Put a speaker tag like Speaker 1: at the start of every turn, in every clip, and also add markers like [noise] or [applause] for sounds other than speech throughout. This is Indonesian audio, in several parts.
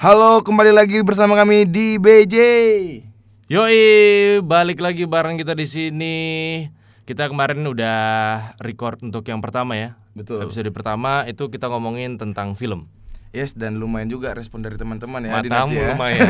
Speaker 1: Halo, kembali lagi bersama kami di BJ.
Speaker 2: Yoi, balik lagi bareng kita di sini. Kita kemarin udah record untuk yang pertama ya.
Speaker 1: Betul.
Speaker 2: Episode pertama itu kita ngomongin tentang film.
Speaker 1: Yes, dan lumayan juga respon dari teman-teman ya
Speaker 2: Matamu
Speaker 1: Dinasti ya. [laughs]
Speaker 2: lumayan.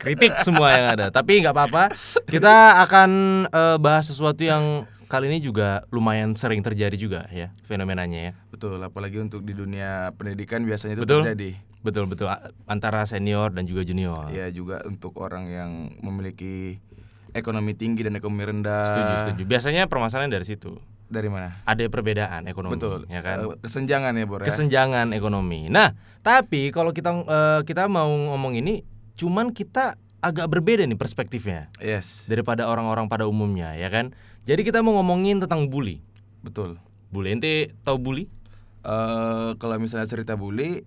Speaker 2: Kritik semua yang ada, tapi nggak apa-apa. Kita akan eh, bahas sesuatu yang kali ini juga lumayan sering terjadi juga ya fenomenanya ya.
Speaker 1: Betul, apalagi untuk di dunia pendidikan biasanya itu
Speaker 2: Betul.
Speaker 1: terjadi.
Speaker 2: Betul betul a- antara senior dan juga junior.
Speaker 1: Ya juga untuk orang yang memiliki ekonomi tinggi dan ekonomi rendah.
Speaker 2: Setuju setuju. Biasanya permasalahan dari situ.
Speaker 1: Dari mana?
Speaker 2: Ada perbedaan ekonomi.
Speaker 1: Betul.
Speaker 2: Ya kan.
Speaker 1: Eh, Kesenjangan ya, Bor. ya?
Speaker 2: kesenjangan ekonomi. Nah, tapi kalau kita eh, kita mau ngomong ini, cuman kita agak berbeda nih perspektifnya
Speaker 1: Yes,
Speaker 2: daripada orang-orang pada umumnya, ya kan? Jadi kita mau ngomongin tentang bully.
Speaker 1: betul.
Speaker 2: Bully, ente tahu bully?
Speaker 1: eh kalau misalnya cerita bully,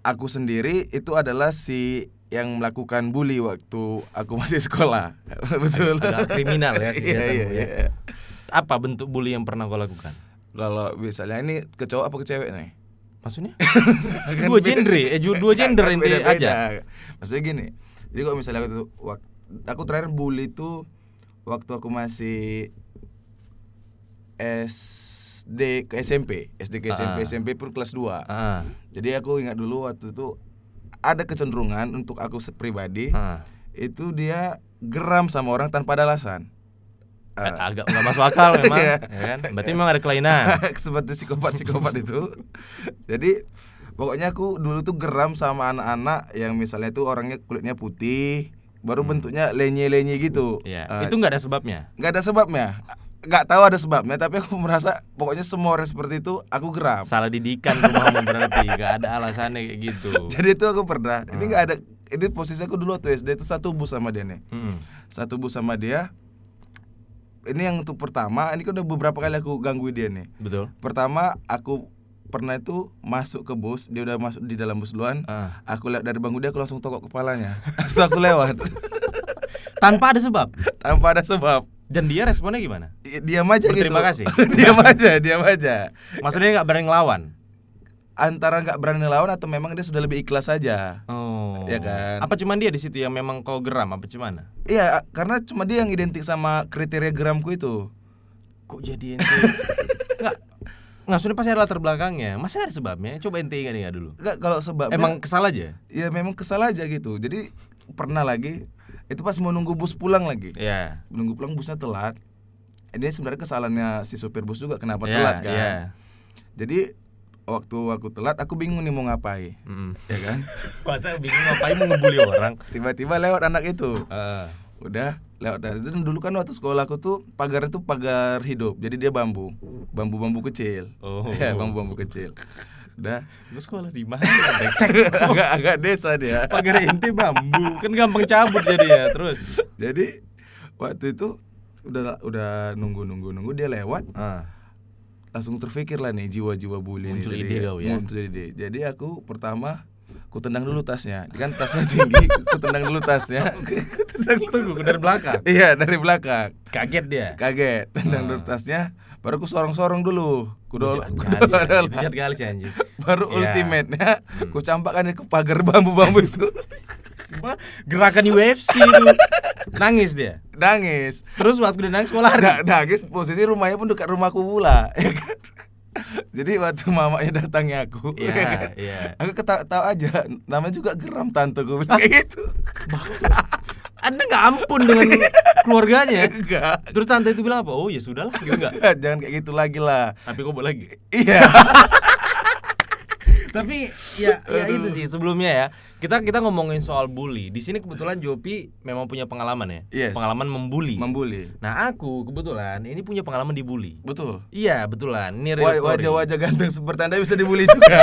Speaker 1: aku sendiri itu adalah si yang melakukan bully waktu aku [laughs] masih sekolah. Betul. [laughs]
Speaker 2: Agak kriminal
Speaker 1: Iya,
Speaker 2: ya kegiatan
Speaker 1: iya,
Speaker 2: lu ya.
Speaker 1: iya.
Speaker 2: Apa bentuk bully yang pernah kau lakukan?
Speaker 1: Kalau misalnya ini ke cowok apa ke cewek nih?
Speaker 2: Maksudnya? [laughs] dua genre, eh, ju- dua gender
Speaker 1: Kan
Speaker 2: ente aja.
Speaker 1: beda-beda. Maksudnya gini. Jadi kalau misalnya aku, tuh- wak- aku terakhir bully itu waktu aku masih SD ke SMP, SD ke SMP,
Speaker 2: Ah.
Speaker 1: SMP pun kelas 2.
Speaker 2: Ah,
Speaker 1: Jadi aku ingat dulu waktu itu ada kecenderungan untuk aku se- pribadi
Speaker 2: ah.
Speaker 1: itu dia geram sama orang tanpa ada alasan.
Speaker 2: Ag-
Speaker 1: Ah,
Speaker 2: agak nggak masuk akal memang,
Speaker 1: [laughs] Iya.
Speaker 2: ya kan? Berarti memang ada kelainan.
Speaker 1: [laughs] seperti psikopat-psikopat itu. Jadi pokoknya aku dulu tuh geram sama anak-anak yang misalnya tuh orangnya kulitnya putih, baru bentuknya lenye-lenye gitu.
Speaker 2: Iya,
Speaker 1: Ah,
Speaker 2: itu nggak ada sebabnya.
Speaker 1: nggak ada sebabnya. Nggak tahu ada sebabnya, tapi aku merasa pokoknya semua orang seperti itu aku
Speaker 2: [laughs]
Speaker 1: geram.
Speaker 2: salah didikan rumahmu berarti nggak ada alasannya kayak [laughs] gitu
Speaker 1: Jadi itu aku pernah. Ini nggak ada. Ini posisi aku dulu waktu SD itu satu bus sama dia nih.
Speaker 2: Mm-mm.
Speaker 1: satu bus sama dia ini yang untuk pertama ini kan udah beberapa kali aku gangguin dia nih
Speaker 2: betul
Speaker 1: pertama aku pernah itu masuk ke bus dia udah masuk di dalam bus duluan
Speaker 2: Ah.
Speaker 1: aku lihat dari bangku dia aku langsung tokok kepalanya [laughs] setelah aku lewat [laughs]
Speaker 2: tanpa ada sebab
Speaker 1: tanpa ada sebab
Speaker 2: dan dia responnya gimana
Speaker 1: I- diam aja
Speaker 2: Berterima
Speaker 1: gitu
Speaker 2: kasih.
Speaker 1: [laughs] diam aja diam aja
Speaker 2: maksudnya nggak berani ngelawan
Speaker 1: antara nggak berani lawan atau memang dia sudah lebih ikhlas saja
Speaker 2: oh
Speaker 1: Iya kan?
Speaker 2: apa cuman dia di situ yang memang kau geram apa cuman
Speaker 1: iya karena cuma dia yang identik sama kriteria geramku itu
Speaker 2: kok jadi ente [laughs] nggak nggak maksudnya pasti ada latar belakangnya masih ada sebabnya coba ente ingat ingat dulu
Speaker 1: nggak kalau sebab
Speaker 2: emang kesal aja
Speaker 1: ya memang kesal aja gitu jadi pernah lagi itu pas mau nunggu bus pulang lagi
Speaker 2: ya
Speaker 1: nunggu pulang busnya telat ini sebenarnya kesalahannya si supir bus juga kenapa
Speaker 2: ya,
Speaker 1: telat kan
Speaker 2: ya.
Speaker 1: jadi waktu aku telat aku bingung nih mau ngapain
Speaker 2: Mm-mm.
Speaker 1: ya kan
Speaker 2: masa bingung ngapain mau ngebully orang
Speaker 1: tiba-tiba lewat anak itu
Speaker 2: Heeh.
Speaker 1: udah lewat dari itu Dan dulu kan waktu sekolah aku tuh pagar itu pagar hidup jadi dia bambu bambu bambu kecil
Speaker 2: Oh.
Speaker 1: ya bambu bambu kecil udah [laughs]
Speaker 2: Lu sekolah di mana [laughs] Brengsek.
Speaker 1: agak agak desa dia
Speaker 2: pagar inti bambu kan gampang cabut jadinya terus
Speaker 1: jadi waktu itu udah udah nunggu nunggu nunggu dia lewat
Speaker 2: Ah.
Speaker 1: langsung terpikir lah nih jiwa-jiwa bully
Speaker 2: Muncul
Speaker 1: nih,
Speaker 2: ide
Speaker 1: Jadi,
Speaker 2: kau ya?
Speaker 1: muncul ide jadi aku pertama ku tendang dulu tasnya Dia kan tasnya tinggi [laughs] ku tendang dulu
Speaker 2: [laughs]
Speaker 1: tasnya Ku tendang dulu.
Speaker 2: tunggu dari belakang
Speaker 1: iya dari belakang
Speaker 2: kaget dia
Speaker 1: kaget tendang
Speaker 2: Ah.
Speaker 1: dulu tasnya baru ku sorong-sorong dulu ku dol- ku
Speaker 2: Jahat kali,
Speaker 1: dol-
Speaker 2: itu jahat kali sih anjing
Speaker 1: [laughs] baru
Speaker 2: Iya. Hmm.
Speaker 1: ultimate-nya ku campakkan dia ke pagar bambu-bambu
Speaker 2: [laughs]
Speaker 1: itu
Speaker 2: Cuma gerakan UFC itu nangis dia
Speaker 1: nangis
Speaker 2: terus waktu dia nangis sekolah
Speaker 1: Nah, nangis posisi rumahnya pun dekat rumahku pula [laughs] ya kan? jadi waktu mamanya datangnya aku ya kan?
Speaker 2: iya iya
Speaker 1: Aku ketawa aja, namanya juga geram tante gue bilang kayak gitu. [laughs]
Speaker 2: anda nggak ampun dengan keluarganya
Speaker 1: Enggak.
Speaker 2: terus tante itu bilang apa oh ya sudahlah gitu nggak
Speaker 1: Jangan kayak gitu lagi lah.
Speaker 2: tapi kok boleh lagi
Speaker 1: Iya.
Speaker 2: tapi ya ya itu sih sebelumnya ya kita kita ngomongin soal bully di sini kebetulan Jopi memang punya pengalaman ya
Speaker 1: Yes.
Speaker 2: pengalaman membuli
Speaker 1: Membuli.
Speaker 2: nah aku kebetulan ini punya pengalaman dibully
Speaker 1: Betul.
Speaker 2: Iya betulan, ini real
Speaker 1: Waj-
Speaker 2: story.
Speaker 1: Wajah-wajah ganteng seperti Anda bisa dibully
Speaker 2: [laughs]
Speaker 1: juga.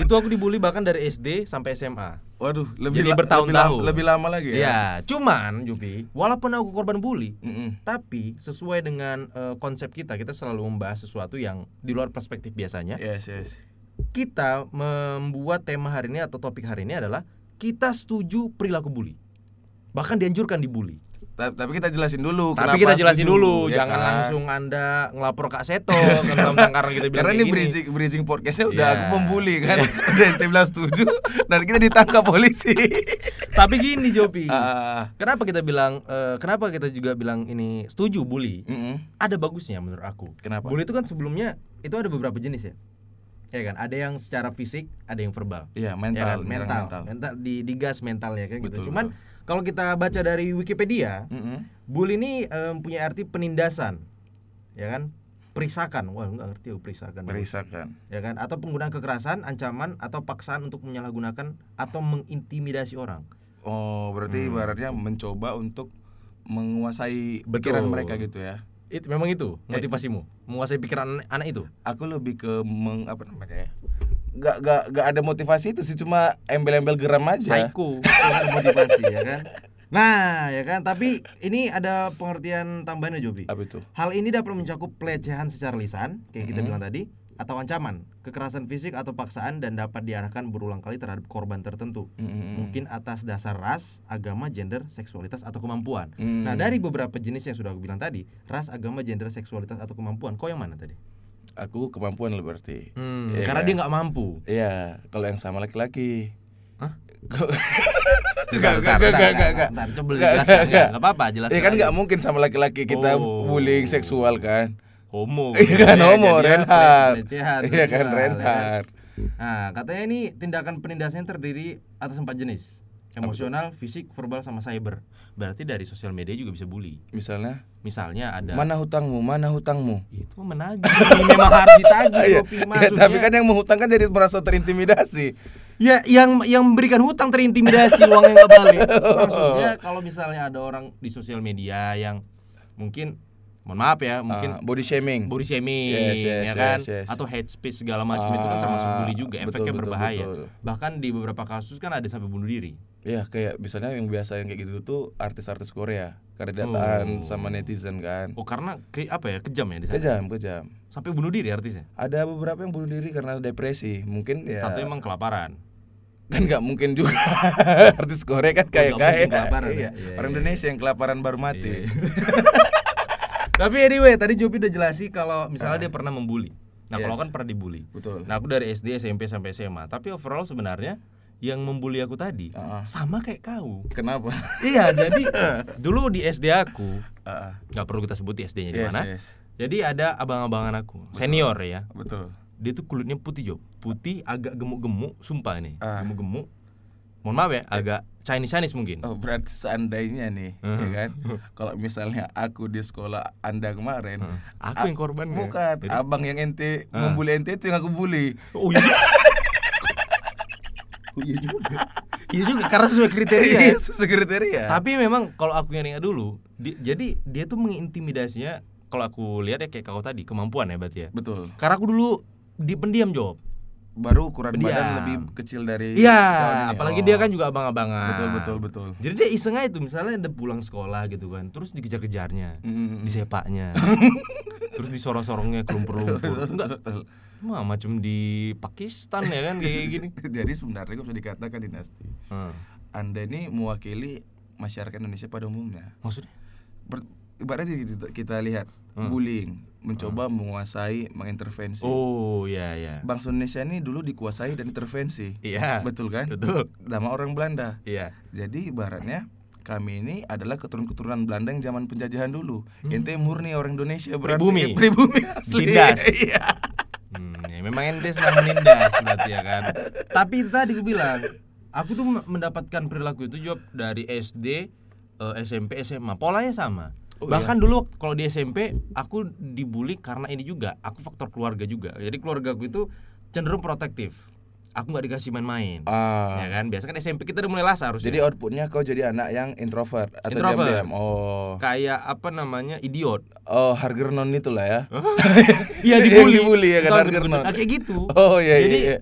Speaker 2: Itu aku dibully bahkan dari SD sampai SMA.
Speaker 1: Waduh, lebih
Speaker 2: Jadi
Speaker 1: la- lebih,
Speaker 2: bertahun-tahun.
Speaker 1: lama, lebih lama lagi
Speaker 2: Iya,
Speaker 1: ya.
Speaker 2: cuman Jupi, walaupun aku korban bully,
Speaker 1: Mm-mm.
Speaker 2: tapi sesuai dengan eh, konsep kita, kita selalu membahas sesuatu yang di luar perspektif biasanya.
Speaker 1: Yes, yes.
Speaker 2: Kita membuat tema hari ini atau topik hari ini adalah kita setuju perilaku bully. Bahkan dianjurkan dibully.
Speaker 1: Ta- tapi kita jelasin dulu
Speaker 2: Tapi
Speaker 1: kenapa
Speaker 2: kita jelasin
Speaker 1: setuju,
Speaker 2: dulu,
Speaker 1: ya
Speaker 2: jangan
Speaker 1: kan?
Speaker 2: langsung Anda ngelapor Kak Seto tentang karena
Speaker 1: [laughs]
Speaker 2: kita bilang
Speaker 1: karena
Speaker 2: kayak
Speaker 1: ini
Speaker 2: gini.
Speaker 1: bridging bridging podcastnya udah
Speaker 2: Iya.
Speaker 1: aku pembuli kan [laughs] udah tim bilang setuju dan kita ditangkap polisi
Speaker 2: Tapi gini Jopi.
Speaker 1: [laughs] Ah,
Speaker 2: Kenapa kita bilang eh, kenapa kita juga bilang ini setuju bully?
Speaker 1: mm-mm.
Speaker 2: Ada bagusnya menurut aku.
Speaker 1: kenapa
Speaker 2: Bully itu kan sebelumnya itu ada beberapa jenis ya. Ya kan, ada yang secara fisik, ada yang verbal.
Speaker 1: Iya
Speaker 2: Ya kan?
Speaker 1: mental
Speaker 2: mental, mental,
Speaker 1: menyerang
Speaker 2: di digas mentalnya kayak gitu.
Speaker 1: Betul,
Speaker 2: Cuman kalau kita baca dari Wikipedia,
Speaker 1: Mm-mm.
Speaker 2: bully ini em, punya arti penindasan, ya kan? Perisakan, wah nggak ngerti aku perisakan.
Speaker 1: merisaukan
Speaker 2: Ya kan? Atau penggunaan kekerasan, ancaman, atau paksaan untuk menyalahgunakan atau mengintimidasi orang.
Speaker 1: oh berarti
Speaker 2: Hmm.
Speaker 1: ibaratnya mencoba untuk menguasai
Speaker 2: Betul.
Speaker 1: pikiran mereka gitu ya
Speaker 2: Itu memang itu motivasimu, menguasai pikiran anak itu.
Speaker 1: aku lebih ke meng apa namanya ya gak, gak, gak ada motivasi itu sih cuma embel-embel geram aja
Speaker 2: Psycho, bukan motivasi, ya kan? Nah, ya kan? Tapi ini ada pengertian tambahan ya, Jobi.
Speaker 1: apa itu
Speaker 2: Hal ini dapat mencakup pelecehan secara lisan, kayak kita
Speaker 1: Mm-mm.
Speaker 2: bilang tadi, atau ancaman, kekerasan fisik atau paksaan dan dapat diarahkan berulang kali terhadap korban tertentu.
Speaker 1: Mm-mm.
Speaker 2: Mungkin atas dasar ras, agama, gender, seksualitas atau kemampuan.
Speaker 1: Mm.
Speaker 2: Nah, dari beberapa jenis yang sudah aku bilang tadi, ras, agama, gender, seksualitas atau kemampuan, kau yang mana tadi?
Speaker 1: aku kemampuan lah berarti Iya
Speaker 2: karena
Speaker 1: kan?
Speaker 2: dia nggak mampu.
Speaker 1: Iya, kalau yang sama laki-laki. [laughs]
Speaker 2: Hah?
Speaker 1: Enggak, enggak, enggak, enggak, enggak.
Speaker 2: Bentar, coba
Speaker 1: Nggak,
Speaker 2: jelaskan,
Speaker 1: nggak,
Speaker 2: nggak,
Speaker 1: nggak.
Speaker 2: nggak apa-apa, jelaskan.
Speaker 1: Ya kan
Speaker 2: aja.
Speaker 1: nggak mungkin sama laki-laki kita
Speaker 2: Oh.
Speaker 1: bullying seksual kan.
Speaker 2: homo.
Speaker 1: Iya kan
Speaker 2: Ya,
Speaker 1: homo
Speaker 2: jadi apa?
Speaker 1: Renhard.
Speaker 2: Pelecehan,
Speaker 1: Iya kan
Speaker 2: seksual, ya kan?
Speaker 1: Renhard.
Speaker 2: Nah, katanya ini tindakan penindasan terdiri atas empat jenis. Emosional, fisik, verbal, sama cyber. Berarti dari sosial media juga bisa bully.
Speaker 1: Misalnya,
Speaker 2: Misalnya ada Ya,
Speaker 1: mana hutangmu? Mana hutangmu?
Speaker 2: itu mah menagih. Memang harus ditagih
Speaker 1: [laughs] Iya.
Speaker 2: Kopi,
Speaker 1: Ya,
Speaker 2: maksudnya.
Speaker 1: tapi kan yang menghutangkan jadi merasa terintimidasi.
Speaker 2: ya yang yang memberikan hutang terintimidasi uangnya nggak balik. Maksudnya kalau misalnya ada orang di sosial media yang mungkin mohon maaf ya,
Speaker 1: Mungkin Ah,
Speaker 2: mungkin
Speaker 1: body shaming.
Speaker 2: body shaming
Speaker 1: Yes, yes,
Speaker 2: ya kan
Speaker 1: yes, yes.
Speaker 2: atau hate speech segala macam itu kan termasuk
Speaker 1: Ah,
Speaker 2: bully juga,
Speaker 1: betul,
Speaker 2: efeknya
Speaker 1: betul,
Speaker 2: berbahaya.
Speaker 1: betul.
Speaker 2: Bahkan di beberapa kasus kan ada sampai bunuh diri.
Speaker 1: Iya, kayak misalnya yang biasa yang kayak gitu tuh artis-artis Korea karena
Speaker 2: Oh.
Speaker 1: dataan sama netizen kan.
Speaker 2: Oh karena ke, apa ya kejam ya di sana?
Speaker 1: Kejam, kejam.
Speaker 2: Sampai bunuh diri artisnya.
Speaker 1: Ada beberapa yang bunuh diri karena depresi. Mungkin ya
Speaker 2: Satu emang kelaparan.
Speaker 1: kan nggak mungkin [laughs] juga artis Korea kan
Speaker 2: nggak
Speaker 1: kayak kaya
Speaker 2: mungkin kelaparan ya.
Speaker 1: iya.
Speaker 2: Iya,
Speaker 1: orang
Speaker 2: iya,
Speaker 1: Indonesia yang kelaparan baru mati
Speaker 2: Tapi anyway tadi Jopi udah jelasin kalau misalnya dia pernah membuli. Nah kalau
Speaker 1: Yes.
Speaker 2: kan pernah dibully.
Speaker 1: [laughs] betul
Speaker 2: Nah aku dari SD SMP sampai SMA. Tapi overall sebenarnya yang membuli aku tadi
Speaker 1: Ah, ah.
Speaker 2: sama kayak kau.
Speaker 1: kenapa
Speaker 2: iya [laughs] jadi dulu di SD aku
Speaker 1: Ah, ah.
Speaker 2: nggak perlu kita sebut SD-nya di
Speaker 1: Yes,
Speaker 2: mana.
Speaker 1: yes.
Speaker 2: Jadi ada abang-abangan aku senior ya.
Speaker 1: betul
Speaker 2: Dia tuh kulitnya putih Job. Putih agak gemuk-gemuk sumpah nih.
Speaker 1: Ah.
Speaker 2: Gemuk-gemuk. Mohon maaf ya agak Chinese Chinese mungkin.
Speaker 1: oh berarti seandainya nih ya
Speaker 2: Mhm.
Speaker 1: kan kalau misalnya aku di sekolah anda kemarin
Speaker 2: Heeh. Aku
Speaker 1: a-
Speaker 2: yang korban nggak?
Speaker 1: bukan
Speaker 2: Jadi-
Speaker 1: abang yang ente
Speaker 2: Ah.
Speaker 1: membuli ente itu yang aku bully
Speaker 2: Oh iya. oh iya juga. [laughs] Iya juga karena sesuai kriteria.
Speaker 1: [laughs]
Speaker 2: ya.
Speaker 1: Sesuai kriteria
Speaker 2: Tapi memang kalau aku yang ingat dulu, di- jadi dia tuh mengintimidasinya kalau aku lihat ya kayak kau tadi kemampuan ya berarti ya.
Speaker 1: betul
Speaker 2: Karena aku dulu dipendiam job.
Speaker 1: baru ukuran
Speaker 2: Pendiam.
Speaker 1: badan lebih kecil dari
Speaker 2: Iya,
Speaker 1: sekawannya.
Speaker 2: apalagi
Speaker 1: Oh,
Speaker 2: dia kan juga abang-abangan.
Speaker 1: betul betul betul
Speaker 2: Jadi dia iseng aja tuh misalnya ada pulang sekolah gitu kan, terus dikejar-kejarnya,
Speaker 1: Mhm.
Speaker 2: disepaknya, terus disorong-sorongnya ke lumpur-lumpur. Enggak, mah macam di Pakistan ya kan kayak gini.
Speaker 1: jadi sebenarnya gue bisa dikatakan dinasti
Speaker 2: Hmm.
Speaker 1: Anda ini mewakili masyarakat Indonesia pada umumnya.
Speaker 2: Maksudnya?
Speaker 1: Ber- ibaratnya kita, kita lihat
Speaker 2: Hmm.
Speaker 1: bullying, mencoba menguasai, mengintervensi.
Speaker 2: Oh ya ya.
Speaker 1: Bangsa Indonesia ini dulu dikuasai dan intervensi.
Speaker 2: Iya.
Speaker 1: Betul kan?
Speaker 2: Betul.
Speaker 1: Sama orang Belanda.
Speaker 2: Iya.
Speaker 1: Jadi ibaratnya kami ini adalah keturunan-keturunan Belanda yang zaman penjajahan dulu. Ente murni orang Indonesia berarti
Speaker 2: Hmm. Pribumi.
Speaker 1: [laughs] pribumi asli.
Speaker 2: Lindas.
Speaker 1: [laughs] Iya.
Speaker 2: Hmm, ya memang ente sedang menindas berarti ya kan. Tapi itu tadi gue bilang, aku tuh me- mendapatkan perilaku itu job dari SD, eh, SMP, SMA. Polanya sama.
Speaker 1: Oh,
Speaker 2: Bahkan dulu waktu- kalau di SMP aku dibully karena ini juga, aku faktor keluarga juga. Jadi keluarga aku itu cenderung protektif. Aku nggak dikasih main-main.
Speaker 1: Ah.
Speaker 2: Ya kan, biasa kan SMP kita udah mulai lasa harusnya.
Speaker 1: Jadi outputnya kau jadi anak yang introvert atau
Speaker 2: Introvert.
Speaker 1: diam-diam. Oh.
Speaker 2: kayak apa namanya idiot
Speaker 1: Oh, Hargernon itulah ya.
Speaker 2: [laughs] Iya
Speaker 1: Yang
Speaker 2: dibully.
Speaker 1: dibully ya kan,
Speaker 2: Kawan
Speaker 1: Harger
Speaker 2: dibully.
Speaker 1: Not.
Speaker 2: Nah, kayak gitu.
Speaker 1: Oh, iya, iya,
Speaker 2: Jadi
Speaker 1: iya.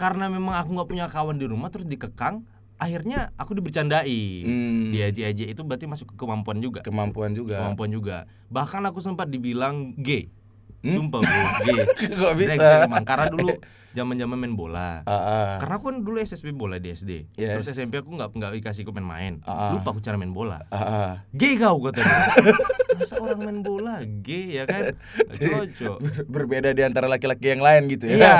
Speaker 2: karena memang aku nggak punya kawan di rumah terus dikekang, akhirnya aku dibercandain.
Speaker 1: Hmm,
Speaker 2: Dia aja aja itu berarti masuk ke kemampuan juga.
Speaker 1: kemampuan juga.
Speaker 2: Kemampuan juga. Bahkan aku sempat dibilang gay. Sumpah
Speaker 1: [laughs]
Speaker 2: bro, G.
Speaker 1: [laughs] Kok Hmm? bisa?
Speaker 2: Brengsek emang. Karena
Speaker 1: [laughs]
Speaker 2: dulu zaman-zaman main bola.
Speaker 1: Ah, ah.
Speaker 2: Karena aku kan dulu SSB bola di SD.
Speaker 1: Yes.
Speaker 2: Terus SMP aku nggak nggak dikasih aku main-main.
Speaker 1: Ah, ah.
Speaker 2: Lupa aku cara main bola.
Speaker 1: Ah, ah.
Speaker 2: G kau
Speaker 1: [laughs]
Speaker 2: katanya. Masa orang main bola G ya kan? Cocok.
Speaker 1: Ber- [laughs] berbeda di antara laki-laki yang lain gitu ya. [laughs]
Speaker 2: Iya.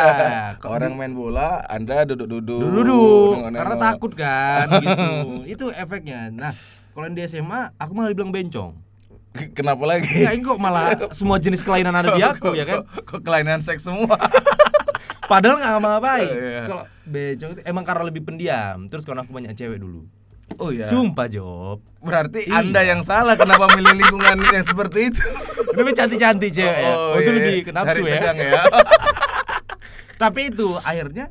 Speaker 1: Orang main bola, Anda duduk-duduk.
Speaker 2: Duduk-duduk
Speaker 1: nengok-nengok.
Speaker 2: karena takut kan gitu. Itu efeknya. Nah, kalau yang di SMA aku malah dibilang bencong.
Speaker 1: Ke- [laughs] Kenapa lagi?
Speaker 2: Enggak, ini kok
Speaker 1: [laughs]
Speaker 2: malah semua jenis kelainan ada di Iya, aku ya kan?
Speaker 1: Kok, kok kelainan seks
Speaker 2: [laughs]
Speaker 1: semua?
Speaker 2: Padahal nggak ngapa-ngapain.
Speaker 1: Iya.
Speaker 2: Kalau bencong itu emang karena lebih pendiam. Terus karena aku banyak cewek dulu.
Speaker 1: Oh iya.
Speaker 2: Sumpah Job.
Speaker 1: Berarti
Speaker 2: Iya.
Speaker 1: Anda yang salah kenapa milih lingkungan [laughs] yang seperti
Speaker 2: [laughs]
Speaker 1: itu?
Speaker 2: Lebih cantik-cantik cewek ya. Oh, itu
Speaker 1: iya.
Speaker 2: lebih kenapsu
Speaker 1: Cari
Speaker 2: ya.
Speaker 1: pegang
Speaker 2: [laughs]
Speaker 1: ya.
Speaker 2: Tapi itu akhirnya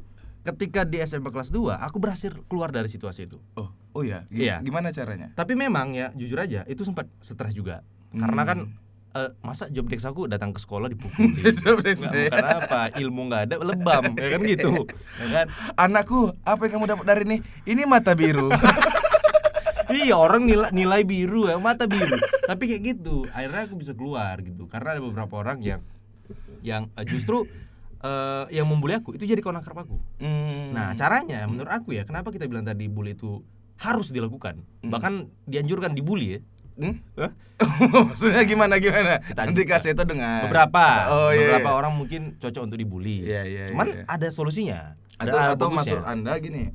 Speaker 2: ketika di SMP kelas 2 aku berhasil keluar dari situasi itu.
Speaker 1: Oh, oh iya. Gi-
Speaker 2: Iya.
Speaker 1: Gimana caranya?
Speaker 2: Tapi memang ya jujur aja itu sempat stres juga. Karena kan
Speaker 1: Hmm.
Speaker 2: eh, masa job desk aku datang ke sekolah dipukuli.
Speaker 1: [laughs] Job desk saya.
Speaker 2: bukan apa, ilmu nggak ada, lebam, ya kan
Speaker 1: [laughs]
Speaker 2: gitu. Ya kan?
Speaker 1: Anakku, apa yang kamu dapat dari ini? Ini mata
Speaker 2: [laughs]
Speaker 1: biru.
Speaker 2: Iya orang nilai nilai biru ya mata biru. Tapi kayak gitu akhirnya aku bisa keluar gitu karena ada beberapa orang yang yang eh, justru eh, yang membuli aku itu jadi kawan akrab aku.
Speaker 1: Hmm.
Speaker 2: Nah caranya menurut aku ya kenapa kita bilang tadi bully itu harus dilakukan bahkan dianjurkan dibully ya.
Speaker 1: Hmm?
Speaker 2: Hah?
Speaker 1: [laughs] Maksudnya gimana gimana?
Speaker 2: Kita-
Speaker 1: Nanti kasih itu dengan
Speaker 2: Beberapa
Speaker 1: Oh iya.
Speaker 2: beberapa orang mungkin cocok untuk dibully.
Speaker 1: Iya, iya,
Speaker 2: Cuman
Speaker 1: iya.
Speaker 2: ada solusinya. Ada
Speaker 1: Atau, atau
Speaker 2: bagusnya.
Speaker 1: maksud Anda gini.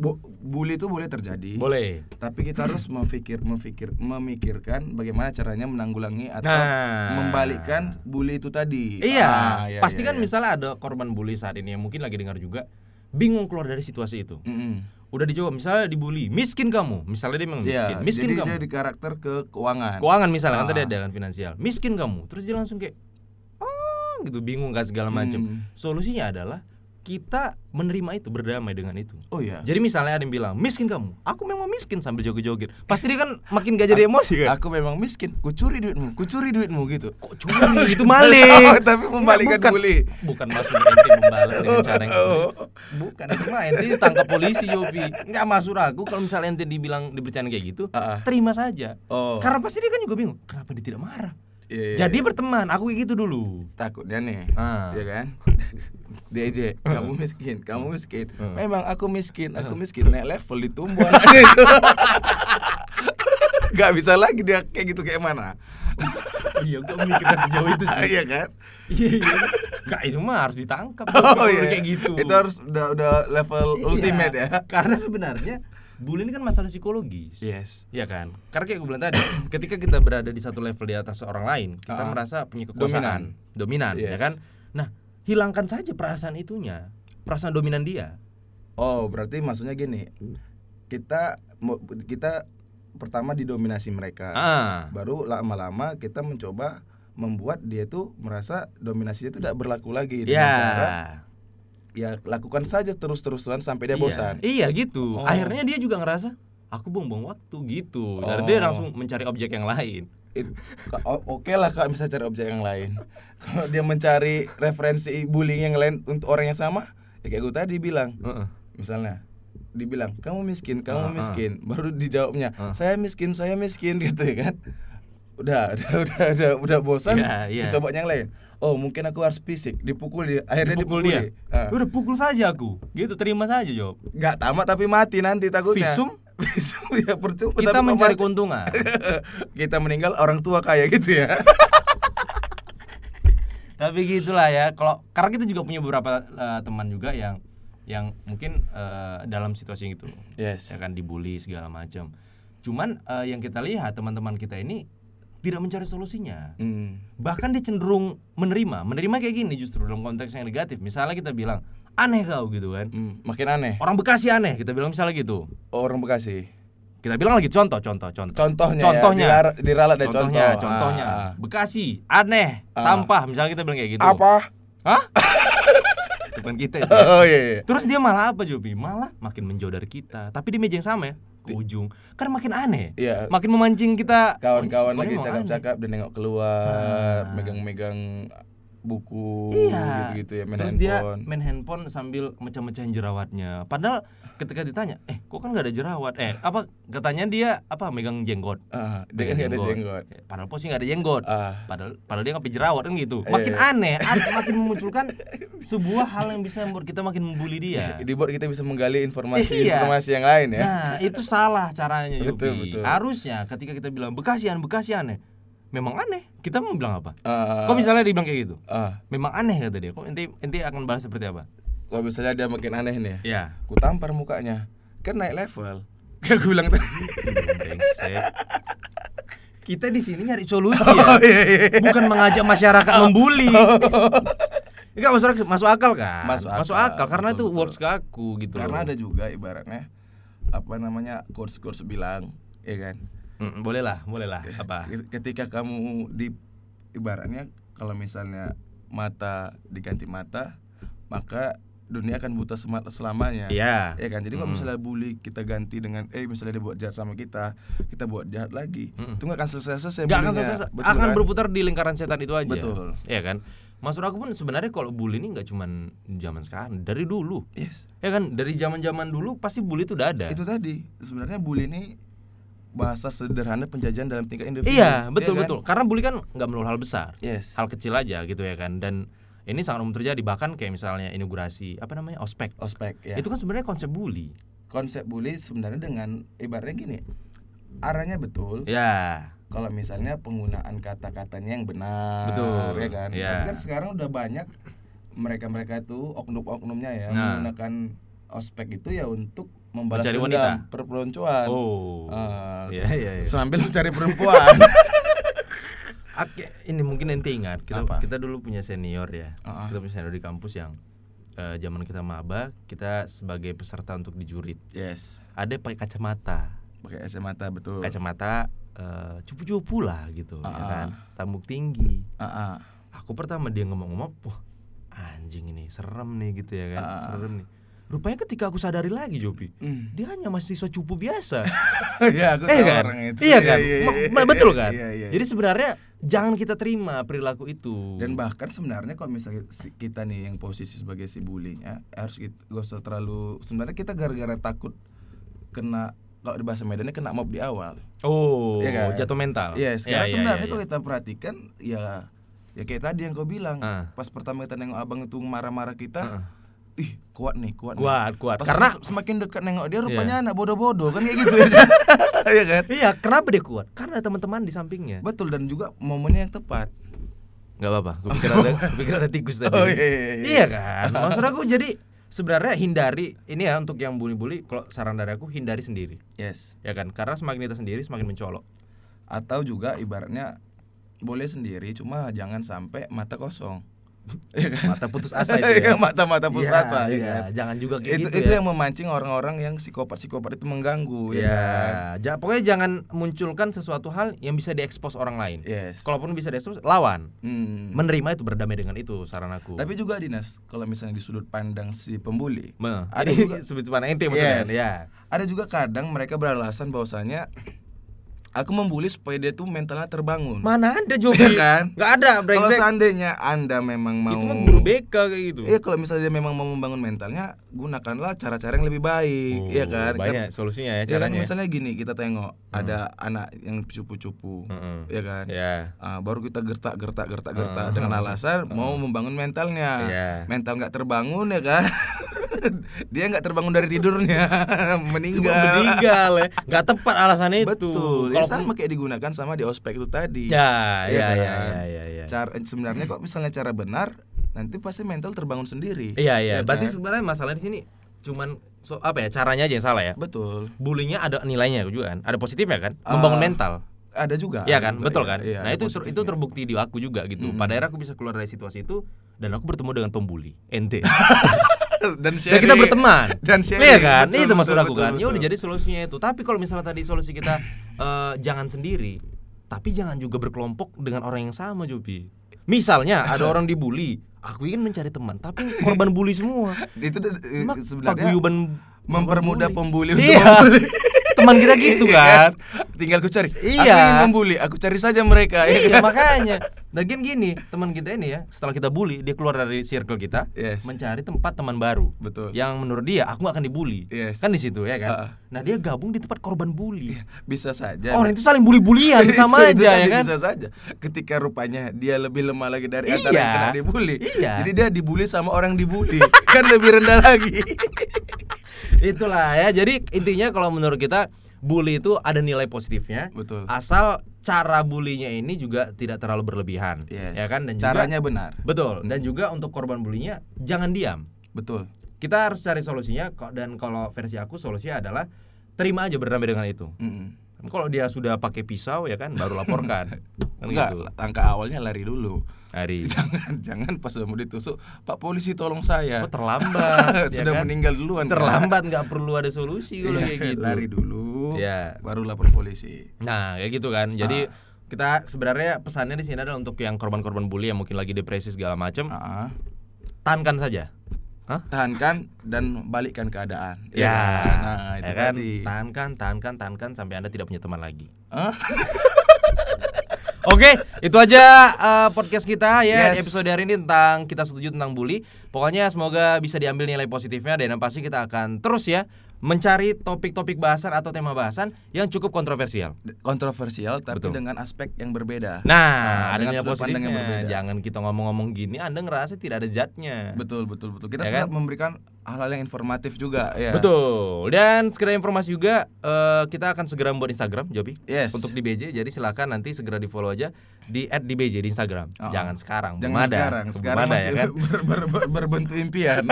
Speaker 1: Bu, bully itu boleh terjadi.
Speaker 2: boleh.
Speaker 1: Tapi kita harus memikir, memikir, memikirkan bagaimana caranya menanggulangi atau
Speaker 2: Nah.
Speaker 1: membalikkan bully itu tadi.
Speaker 2: Iya,
Speaker 1: Ah, iya,
Speaker 2: pasti
Speaker 1: iya,
Speaker 2: kan
Speaker 1: iya.
Speaker 2: misalnya ada korban bully saat ini yang mungkin lagi dengar juga bingung keluar dari situasi itu.
Speaker 1: Mm-mm.
Speaker 2: Udah dicoba misalnya dibully, miskin kamu. Misalnya dia memang
Speaker 1: Iya,
Speaker 2: miskin, miskin
Speaker 1: jadi
Speaker 2: kamu.
Speaker 1: dia di karakter ke keuangan.
Speaker 2: Keuangan misalnya kan
Speaker 1: Ah.
Speaker 2: tadi ada kan finansial. Miskin kamu. Terus dia langsung kayak ah gitu bingung kan segala macam.
Speaker 1: Hmm.
Speaker 2: Solusinya adalah kita menerima itu, berdamai dengan itu.
Speaker 1: Oh iya.
Speaker 2: Jadi misalnya ada yang bilang, "Miskin kamu." Aku memang miskin sambil joget-joget. Pasti dia kan makin gak jadi emosi kan.
Speaker 1: Aku memang miskin, ku curi duitmu, ku curi duitmu gitu.
Speaker 2: Kok curi [laughs] itu maling.
Speaker 1: [laughs] Oh, tapi membalikan
Speaker 2: Enggak, bukan.
Speaker 1: bully.
Speaker 2: Bukan masuk ente membalas dengan
Speaker 1: Oh.
Speaker 2: cara yang bukan itu mah ente ditangkap polisi Yopi. Enggak masuk aku kalau misalnya ente dibilang dibercanda kayak gitu,
Speaker 1: Ah, ah.
Speaker 2: terima saja.
Speaker 1: Oh.
Speaker 2: Karena pasti dia kan juga bingung, kenapa dia tidak marah?
Speaker 1: Iya, iya.
Speaker 2: Jadi berteman, aku kayak gitu dulu.
Speaker 1: takutnya nih
Speaker 2: Ah.
Speaker 1: ya
Speaker 2: [laughs]
Speaker 1: kan DJ kamu miskin kamu miskin
Speaker 2: Hmm.
Speaker 1: memang aku miskin aku miskin naik level ditumbuh anaknya itu [laughs] nggak bisa lagi dia kayak gitu kayak
Speaker 2: [laughs]
Speaker 1: mana
Speaker 2: iya, gua mikirnya sejauh itu.
Speaker 1: iya kan
Speaker 2: [laughs] Iya, iya. Kak itu mah harus ditangkap
Speaker 1: oh
Speaker 2: kalau
Speaker 1: iya
Speaker 2: kayak gitu.
Speaker 1: itu harus udah udah level
Speaker 2: Iya.
Speaker 1: ultimate ya
Speaker 2: Karena sebenarnya bullying ini kan masalah psikologis.
Speaker 1: yes
Speaker 2: Iya kan? Karena kayak gue bilang
Speaker 1: [coughs]
Speaker 2: tadi, ketika kita berada di satu level di atas orang lain, kita
Speaker 1: Ah.
Speaker 2: merasa punya kekuasaan, dominan,
Speaker 1: Yes.
Speaker 2: ya kan? Nah, hilangkan saja perasaan itunya, perasaan dominan dia.
Speaker 1: oh berarti maksudnya gini
Speaker 2: Hmm.
Speaker 1: kita mau- kita pertama didominasi mereka
Speaker 2: Ah.
Speaker 1: baru lama-lama kita mencoba membuat dia tuh merasa dominasinya itu tidak berlaku lagi dengan
Speaker 2: Ya.
Speaker 1: cara ya lakukan saja terus-terusan sampai dia
Speaker 2: Iya.
Speaker 1: bosan.
Speaker 2: Iya gitu.
Speaker 1: Oh.
Speaker 2: Akhirnya dia juga ngerasa aku buang-buang waktu gitu. Dan
Speaker 1: Oh.
Speaker 2: dia langsung mencari objek yang lain.
Speaker 1: It- ka- o- Oke lah kalau bisa cari objek yang lain. [laughs] Kalau dia mencari referensi bullying yang lain untuk orang yang sama, ya kayak gue tadi bilang, misalnya dibilang kamu miskin,
Speaker 2: Ah, ah.
Speaker 1: kamu miskin, baru dijawabnya
Speaker 2: Ah.
Speaker 1: saya miskin, saya miskin [laughs] gitu ya kan. Udah, [laughs] udah, udah, udah, udah bosan.
Speaker 2: Iya, iya.
Speaker 1: Coba yang lain. Oh mungkin aku harus fisik, dipukul dia. Akhirnya
Speaker 2: Dipukul
Speaker 1: dipukul,
Speaker 2: dia.
Speaker 1: Ah.
Speaker 2: Udah pukul saja aku. Gitu, terima saja, Job.
Speaker 1: nggak tamat tapi mati nanti takutnya
Speaker 2: Visum?
Speaker 1: [laughs] visum ya percuma tapi
Speaker 2: Kita
Speaker 1: nggak
Speaker 2: mencari
Speaker 1: mati.
Speaker 2: keuntungan.
Speaker 1: [laughs] kita meninggal orang tua kaya gitu ya
Speaker 2: tapi gitulah ya kalau karena kita juga punya beberapa eh, teman juga yang yang mungkin eh, dalam situasi gitu
Speaker 1: yes
Speaker 2: saya kan dibully segala macam cuman eh, yang kita lihat teman-teman kita ini tidak mencari solusinya
Speaker 1: hmm.
Speaker 2: bahkan dia cenderung menerima menerima kayak gini justru dalam konteks yang negatif misalnya kita bilang aneh kau gitu kan
Speaker 1: Hmm. makin aneh
Speaker 2: orang Bekasi aneh kita bilang misalnya gitu
Speaker 1: orang Bekasi
Speaker 2: kita bilang lagi contoh contoh contoh
Speaker 1: contohnya
Speaker 2: Contohnya.
Speaker 1: ya, dilar- diralat deh
Speaker 2: contohnya
Speaker 1: contoh
Speaker 2: contohnya
Speaker 1: Ah, ah.
Speaker 2: Bekasi aneh
Speaker 1: Ah.
Speaker 2: sampah misalnya kita bilang kayak gitu
Speaker 1: apa [laughs]
Speaker 2: hah bukan kita itu
Speaker 1: oh iya, iya.
Speaker 2: Terus dia malah apa Jopi? Malah makin menjauh dari kita. Tapi di meja yang sama ya, ke ujung. Kan makin aneh.
Speaker 1: Iya.
Speaker 2: Makin memancing kita.
Speaker 1: kawan-kawan
Speaker 2: "Oh,
Speaker 1: lagi
Speaker 2: ini sih, kok ini mau aneh?"
Speaker 1: cakap-cakap dan nengok keluar megang-megang buku
Speaker 2: Ah. Iya.
Speaker 1: gitu-gitu ya main
Speaker 2: Terus
Speaker 1: handphone.
Speaker 2: dia main handphone sambil mecah-mecahin jerawatnya. Padahal ketika ditanya, "Eh, kok kan nggak ada jerawat?" Eh, apa katanya dia apa megang jenggot.
Speaker 1: Ah, dia kan nggak ada jenggot.
Speaker 2: Eh, Padahal posnya nggak ada jenggot.
Speaker 1: Ah.
Speaker 2: Padahal padahal dia nggak punya jerawat kan gitu.
Speaker 1: Iya,
Speaker 2: Makin
Speaker 1: iya.
Speaker 2: aneh, an- makin memunculkan sebuah hal yang bisa membuat kita makin membuli dia.
Speaker 1: Dibuat kita bisa menggali informasi-informasi
Speaker 2: Iya.
Speaker 1: yang lain ya.
Speaker 2: Nah, itu salah caranya Yopi.
Speaker 1: Betul, betul.
Speaker 2: Harusnya ketika kita bilang Bekasian, Bekasian ya. Memang aneh. Kita mau bilang apa?
Speaker 1: Ah,
Speaker 2: Kok misalnya dibilang kayak gitu?
Speaker 1: ah,
Speaker 2: Memang aneh kata dia. Kok ente ente akan bahas seperti apa?
Speaker 1: kalau misalnya dia makin aneh nih ya.
Speaker 2: Ya.
Speaker 1: Ku tampar mukanya. Kan naik level. [laughs] Kayak gue bilang tadi.
Speaker 2: [laughs] Kita di sini nyari solusi ya.
Speaker 1: iya, Oh. iya.
Speaker 2: Bukan mengajak masyarakat
Speaker 1: [laughs]
Speaker 2: membuli. Enggak masuk akal- masuk akal kan?
Speaker 1: Masuk akal,
Speaker 2: karena
Speaker 1: betul,
Speaker 2: itu
Speaker 1: betul.
Speaker 2: words ke aku gitu.
Speaker 1: Karena ada juga ibaratnya apa namanya quotes-quotes bilang, ya kan.
Speaker 2: Mm, boleh lah, boleh lah.
Speaker 1: Ah.
Speaker 2: Apa?
Speaker 1: ketika kamu di ibaratnya kalau misalnya mata diganti mata maka dunia akan buta sema- selamanya
Speaker 2: Iya.
Speaker 1: ya kan jadi kalau
Speaker 2: Mm.
Speaker 1: misalnya bully kita ganti dengan eh misalnya dia buat jahat sama kita kita buat jahat lagi
Speaker 2: Mm-mm.
Speaker 1: itu nggak akan selesai selesai
Speaker 2: Gak akan selesai, akan
Speaker 1: kan?
Speaker 2: berputar di lingkaran setan itu aja.
Speaker 1: Betul.
Speaker 2: Iya kan? Maksud aku pun sebenarnya kalau bully ini nggak cuman zaman sekarang, dari dulu.
Speaker 1: yes
Speaker 2: Ya kan, dari zaman-zaman dulu pasti bully itu udah ada.
Speaker 1: itu tadi sebenarnya bully ini bahasa sederhana penjajahan dalam tingkat individu
Speaker 2: iya, betul
Speaker 1: ya kan?
Speaker 2: betul. Karena bully kan nggak melulu hal besar.
Speaker 1: yes
Speaker 2: Hal kecil aja gitu ya kan. Dan ini sangat umum terjadi bahkan kayak misalnya inaugurasi apa namanya? ospek.
Speaker 1: ospek ya
Speaker 2: Itu kan sebenarnya konsep bully.
Speaker 1: konsep bully sebenarnya dengan ibaratnya gini arahnya betul
Speaker 2: Ya.
Speaker 1: kalau misalnya penggunaan kata-katanya yang benar
Speaker 2: Betul,
Speaker 1: ya kan
Speaker 2: iya.
Speaker 1: Tapi kan sekarang udah banyak mereka-mereka itu oknum-oknumnya ya
Speaker 2: Nah.
Speaker 1: menggunakan ospek itu ya untuk membalas
Speaker 2: Mencari
Speaker 1: dendam,
Speaker 2: wanita.
Speaker 1: perpeloncoan
Speaker 2: Oh.
Speaker 1: Kan? Ah,
Speaker 2: Iya, iya, iya.
Speaker 1: sambil mencari perempuan
Speaker 2: [laughs] Oke, ini mungkin nanti ingat kita
Speaker 1: Apa?
Speaker 2: kita dulu punya senior ya.
Speaker 1: Ah, ah.
Speaker 2: Kita punya senior di kampus yang eh, zaman kita maba, kita sebagai peserta untuk dijurit.
Speaker 1: yes
Speaker 2: Ada yang pakai kacamata.
Speaker 1: pakai kacamata betul
Speaker 2: Kacamata eh, cupu-cupu lah gitu, ya
Speaker 1: Ah,
Speaker 2: kan. Tambuk tinggi.
Speaker 1: Ah, ah.
Speaker 2: Aku pertama dia ngomong-ngomong, wah anjing ini serem nih gitu ya kan.
Speaker 1: Ah, ah.
Speaker 2: Serem nih. Rupanya ketika aku sadari lagi Jopi,
Speaker 1: Hmm.
Speaker 2: dia hanya mahasiswa cupu biasa.
Speaker 1: ya aku
Speaker 2: Iya
Speaker 1: tahu
Speaker 2: kan?
Speaker 1: orang itu
Speaker 2: Iya kan? Ma- ma- betul kan?
Speaker 1: Iya, [laughs] iya,
Speaker 2: Jadi sebenarnya jangan kita terima perilaku itu.
Speaker 1: dan bahkan sebenarnya kalau misalnya si- kita nih yang posisi sebagai si bullynya harus kita gak usah terlalu sebenarnya kita gara-gara takut kena kalau di bahasa Medannya kena mob di awal
Speaker 2: Oh,
Speaker 1: Iya kan?
Speaker 2: jatuh mental.
Speaker 1: Iya, sekarang
Speaker 2: Iya, iya,
Speaker 1: sebenarnya
Speaker 2: iya,
Speaker 1: kalau
Speaker 2: iya.
Speaker 1: kita perhatikan ya ya kayak tadi yang kau bilang
Speaker 2: Ah.
Speaker 1: pas pertama kita nengok abang itu marah-marah kita
Speaker 2: Ah.
Speaker 1: ih kuat nih kuat nih.
Speaker 2: kuat, kuat.
Speaker 1: Pas
Speaker 2: Karena
Speaker 1: kita semakin dekat nengok dia rupanya anak bodoh-bodoh kan kayak gitu
Speaker 2: [laughs]
Speaker 1: ya Iya kan
Speaker 2: iya, kenapa dia kuat? Karena ada teman-teman di sampingnya.
Speaker 1: betul dan juga momennya yang tepat
Speaker 2: Gak apa-apa. Gue pikir [laughs] ada, gua pikir ada tikus tadi.
Speaker 1: Oh, iya, iya, iya.
Speaker 2: Iya kan. [laughs] Maksud aku jadi sebenarnya hindari ini ya untuk yang bully-bully. Kalau saran dari aku hindari sendiri.
Speaker 1: yes
Speaker 2: Ya kan. Karena semakin kita sendiri semakin mencolok.
Speaker 1: atau juga ibaratnya boleh sendiri cuma jangan sampai mata kosong [laughs] Iya kan?
Speaker 2: Mata putus asa itu ya.
Speaker 1: mata-mata putus
Speaker 2: Iya,
Speaker 1: asa ya
Speaker 2: iya.
Speaker 1: kan?
Speaker 2: Jangan juga kayak
Speaker 1: itu,
Speaker 2: gitu
Speaker 1: itu
Speaker 2: ya.
Speaker 1: yang memancing orang-orang yang psikopat-psikopat itu mengganggu ya, kan?
Speaker 2: Ya, ja- pokoknya jangan munculkan sesuatu hal yang bisa diekspos orang lain.
Speaker 1: yes
Speaker 2: Kalaupun bisa diekspos, lawan.
Speaker 1: Hmm.
Speaker 2: Menerima itu berdamai dengan itu saran aku.
Speaker 1: Tapi juga Dinas, kalau misalnya di sudut pandang si pembuli,
Speaker 2: Me.
Speaker 1: Ada
Speaker 2: Ini
Speaker 1: juga-
Speaker 2: [laughs] sebut mana ente maksudnya
Speaker 1: Yes.
Speaker 2: ya.
Speaker 1: ada juga kadang mereka beralasan bahwasanya aku membuli supaya dia tuh mentalnya terbangun.
Speaker 2: Mana
Speaker 1: [laughs]
Speaker 2: ada
Speaker 1: Iya
Speaker 2: Jogi?
Speaker 1: kan?
Speaker 2: Gak ada
Speaker 1: Kalau
Speaker 2: brengsek.
Speaker 1: seandainya Anda memang mau
Speaker 2: Itu mah guru BK kayak gitu.
Speaker 1: Iya, kalau misalnya dia memang mau membangun mentalnya, gunakanlah cara-cara yang lebih baik,
Speaker 2: Oh,
Speaker 1: iya kan?
Speaker 2: Banyak solusinya ya Hmm.
Speaker 1: Kan, iya kan,
Speaker 2: caranya.
Speaker 1: misalnya gini, kita tengok ada anak yang cupu-cupu,
Speaker 2: Mm-mm.
Speaker 1: iya kan?
Speaker 2: Ya.
Speaker 1: Ah, baru kita gertak gertak gertak gertak dengan
Speaker 2: [laughs]
Speaker 1: alasan mau membangun mentalnya
Speaker 2: Hmm. Iya.
Speaker 1: mental nggak terbangun ya kan [laughs] dia nggak terbangun dari tidurnya [laughs] meninggal
Speaker 2: Meninggal [laughs] ya. Gak tepat alasannya itu.
Speaker 1: betul ya,
Speaker 2: Kalau
Speaker 1: sama kayak digunakan sama di ospek itu tadi Iya
Speaker 2: ya, ya,
Speaker 1: kan?
Speaker 2: ya, ya, ya, ya.
Speaker 1: cara sebenarnya kok misalnya cara benar nanti pasti mental terbangun sendiri
Speaker 2: Iya, iya.
Speaker 1: kan?
Speaker 2: Berarti sebenarnya masalah di sini cuman so, apa ya caranya aja yang salah ya.
Speaker 1: betul
Speaker 2: Bullyingnya ada nilainya juga kan, ada positifnya kan,
Speaker 1: Ah,
Speaker 2: membangun mental.
Speaker 1: ada juga
Speaker 2: Iya
Speaker 1: ada
Speaker 2: kan,
Speaker 1: juga,
Speaker 2: betul
Speaker 1: iya.
Speaker 2: kan.
Speaker 1: Iya,
Speaker 2: nah
Speaker 1: ada
Speaker 2: itu ter- itu
Speaker 1: positifnya.
Speaker 2: terbukti di aku juga gitu. Pada akhirnya aku bisa keluar dari situasi itu dan aku bertemu dengan pembuli ente.
Speaker 1: [laughs] dan
Speaker 2: [laughs] dan kita
Speaker 1: sharing.
Speaker 2: berteman.
Speaker 1: [laughs] dan sharing
Speaker 2: Iya kan,
Speaker 1: Betul,
Speaker 2: itu maksud
Speaker 1: betul,
Speaker 2: aku
Speaker 1: betul,
Speaker 2: kan. Ya
Speaker 1: betul.
Speaker 2: udah jadi solusinya itu. Tapi kalau misalnya tadi solusi kita eh, jangan sendiri, tapi jangan juga berkelompok dengan orang yang sama Jopi. Misalnya ada orang dibully, aku ingin mencari teman, tapi korban bully semua.
Speaker 1: itu eh,
Speaker 2: Mak,
Speaker 1: sebenarnya
Speaker 2: paguyuban
Speaker 1: mempermudah pembuli untuk
Speaker 2: Iya.
Speaker 1: membuli.
Speaker 2: Teman kita gitu
Speaker 1: [laughs] Iya
Speaker 2: kan.
Speaker 1: Tinggal ku cari. Aku
Speaker 2: Iya. [laughs]
Speaker 1: ingin membuli, aku cari saja mereka. ya kan?
Speaker 2: iya makanya Lagian gini, teman kita ini ya, setelah kita bully, dia keluar dari circle kita,
Speaker 1: Yes.
Speaker 2: mencari tempat teman baru.
Speaker 1: Betul.
Speaker 2: Yang menurut dia aku gak akan dibully.
Speaker 1: Yes.
Speaker 2: Kan di situ ya kan.
Speaker 1: Ah.
Speaker 2: Nah, dia gabung di tempat korban bully.
Speaker 1: Bisa saja.
Speaker 2: Orang itu saling bully-bulian
Speaker 1: Iya, [laughs] Itu-
Speaker 2: sama
Speaker 1: itu tadi
Speaker 2: aja ya kan.
Speaker 1: Bisa saja. Ketika rupanya dia lebih lemah lagi dari antara
Speaker 2: Iya.
Speaker 1: yang kena dibully.
Speaker 2: Iya.
Speaker 1: Jadi dia dibully sama orang dibully. [laughs] kan lebih rendah
Speaker 2: [laughs]
Speaker 1: lagi.
Speaker 2: Itulah ya. Jadi intinya kalau menurut kita bully itu ada nilai positifnya.
Speaker 1: Betul.
Speaker 2: Asal cara bulinya ini juga tidak terlalu berlebihan.
Speaker 1: Yes.
Speaker 2: Ya kan dan juga-
Speaker 1: caranya benar.
Speaker 2: betul. Dan juga untuk korban bulinya jangan diam.
Speaker 1: Betul.
Speaker 2: Kita harus cari solusinya kok dan kalau versi aku solusinya adalah terima aja berdamai dengan itu.
Speaker 1: Mm-mm.
Speaker 2: Kalau dia sudah pakai pisau ya kan baru
Speaker 1: [laughs]
Speaker 2: laporkan. kan
Speaker 1: Enggak,
Speaker 2: gitu. Iya.
Speaker 1: langkah awalnya lari dulu. [laughs]
Speaker 2: Hari.
Speaker 1: Jangan jangan pas udah mau ditusuk, Pak polisi tolong saya.
Speaker 2: Oh,
Speaker 1: [laughs]
Speaker 2: terlambat. ya
Speaker 1: Sudah
Speaker 2: kan?
Speaker 1: meninggal duluan. Kak.
Speaker 2: Terlambat nggak perlu ada solusi kalau
Speaker 1: Iya,
Speaker 2: kayak gitu.
Speaker 1: Lari dulu.
Speaker 2: Ya.
Speaker 1: Baru lapor polisi.
Speaker 2: Nah, kayak gitu kan. Jadi
Speaker 1: Ah.
Speaker 2: kita sebenarnya pesannya di sini adalah untuk yang korban-korban bully yang mungkin lagi depresi segala macam,
Speaker 1: Ah.
Speaker 2: tahankan saja. Hah?
Speaker 1: Tahankan dan balikkan keadaan.
Speaker 2: Ya,
Speaker 1: kan? Nah, itu
Speaker 2: ya kan?
Speaker 1: tadi.
Speaker 2: Tahankan, tahankan, tahankan sampai Anda tidak punya teman lagi.
Speaker 1: Hah?
Speaker 2: Oke, itu aja eh, podcast kita ya
Speaker 1: Yes.
Speaker 2: episode hari ini tentang kita setuju tentang bully. Pokoknya semoga bisa diambil nilai positifnya dan yang pasti kita akan terus ya mencari topik-topik bahasan atau tema bahasan yang cukup kontroversial.
Speaker 1: kontroversial tapi
Speaker 2: Betul.
Speaker 1: dengan aspek yang berbeda.
Speaker 2: Nah, ada
Speaker 1: dengan
Speaker 2: nilai
Speaker 1: sudut pandang yang
Speaker 2: positifnya.
Speaker 1: berbeda.
Speaker 2: Jangan kita ngomong-ngomong gini, Anda ngerasa tidak ada jatnya.
Speaker 1: Betul, betul, betul. Kita
Speaker 2: Nah. Ya
Speaker 1: tetap
Speaker 2: kan?
Speaker 1: memberikan hal-hal yang informatif juga ya.
Speaker 2: Betul. Dan sekedar informasi juga eh, kita akan segera membuat Instagram, Jobi.
Speaker 1: Yes.
Speaker 2: Untuk di BJ. Jadi silakan nanti segera di-follow aja di @dbj di Instagram.
Speaker 1: Oh.
Speaker 2: Jangan sekarang, belum
Speaker 1: Jangan
Speaker 2: ada.
Speaker 1: sekarang,
Speaker 2: Belum
Speaker 1: sekarang
Speaker 2: ada,
Speaker 1: masih
Speaker 2: ya kan?
Speaker 1: [laughs] ber- ber- ber- berbentuk
Speaker 2: [laughs]
Speaker 1: impian.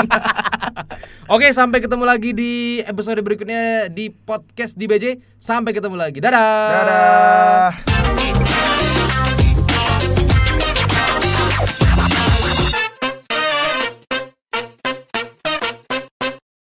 Speaker 2: Oke, sampai ketemu lagi di episode berikutnya di podcast di BJ. Sampai ketemu lagi. Dadah.
Speaker 1: Dadah.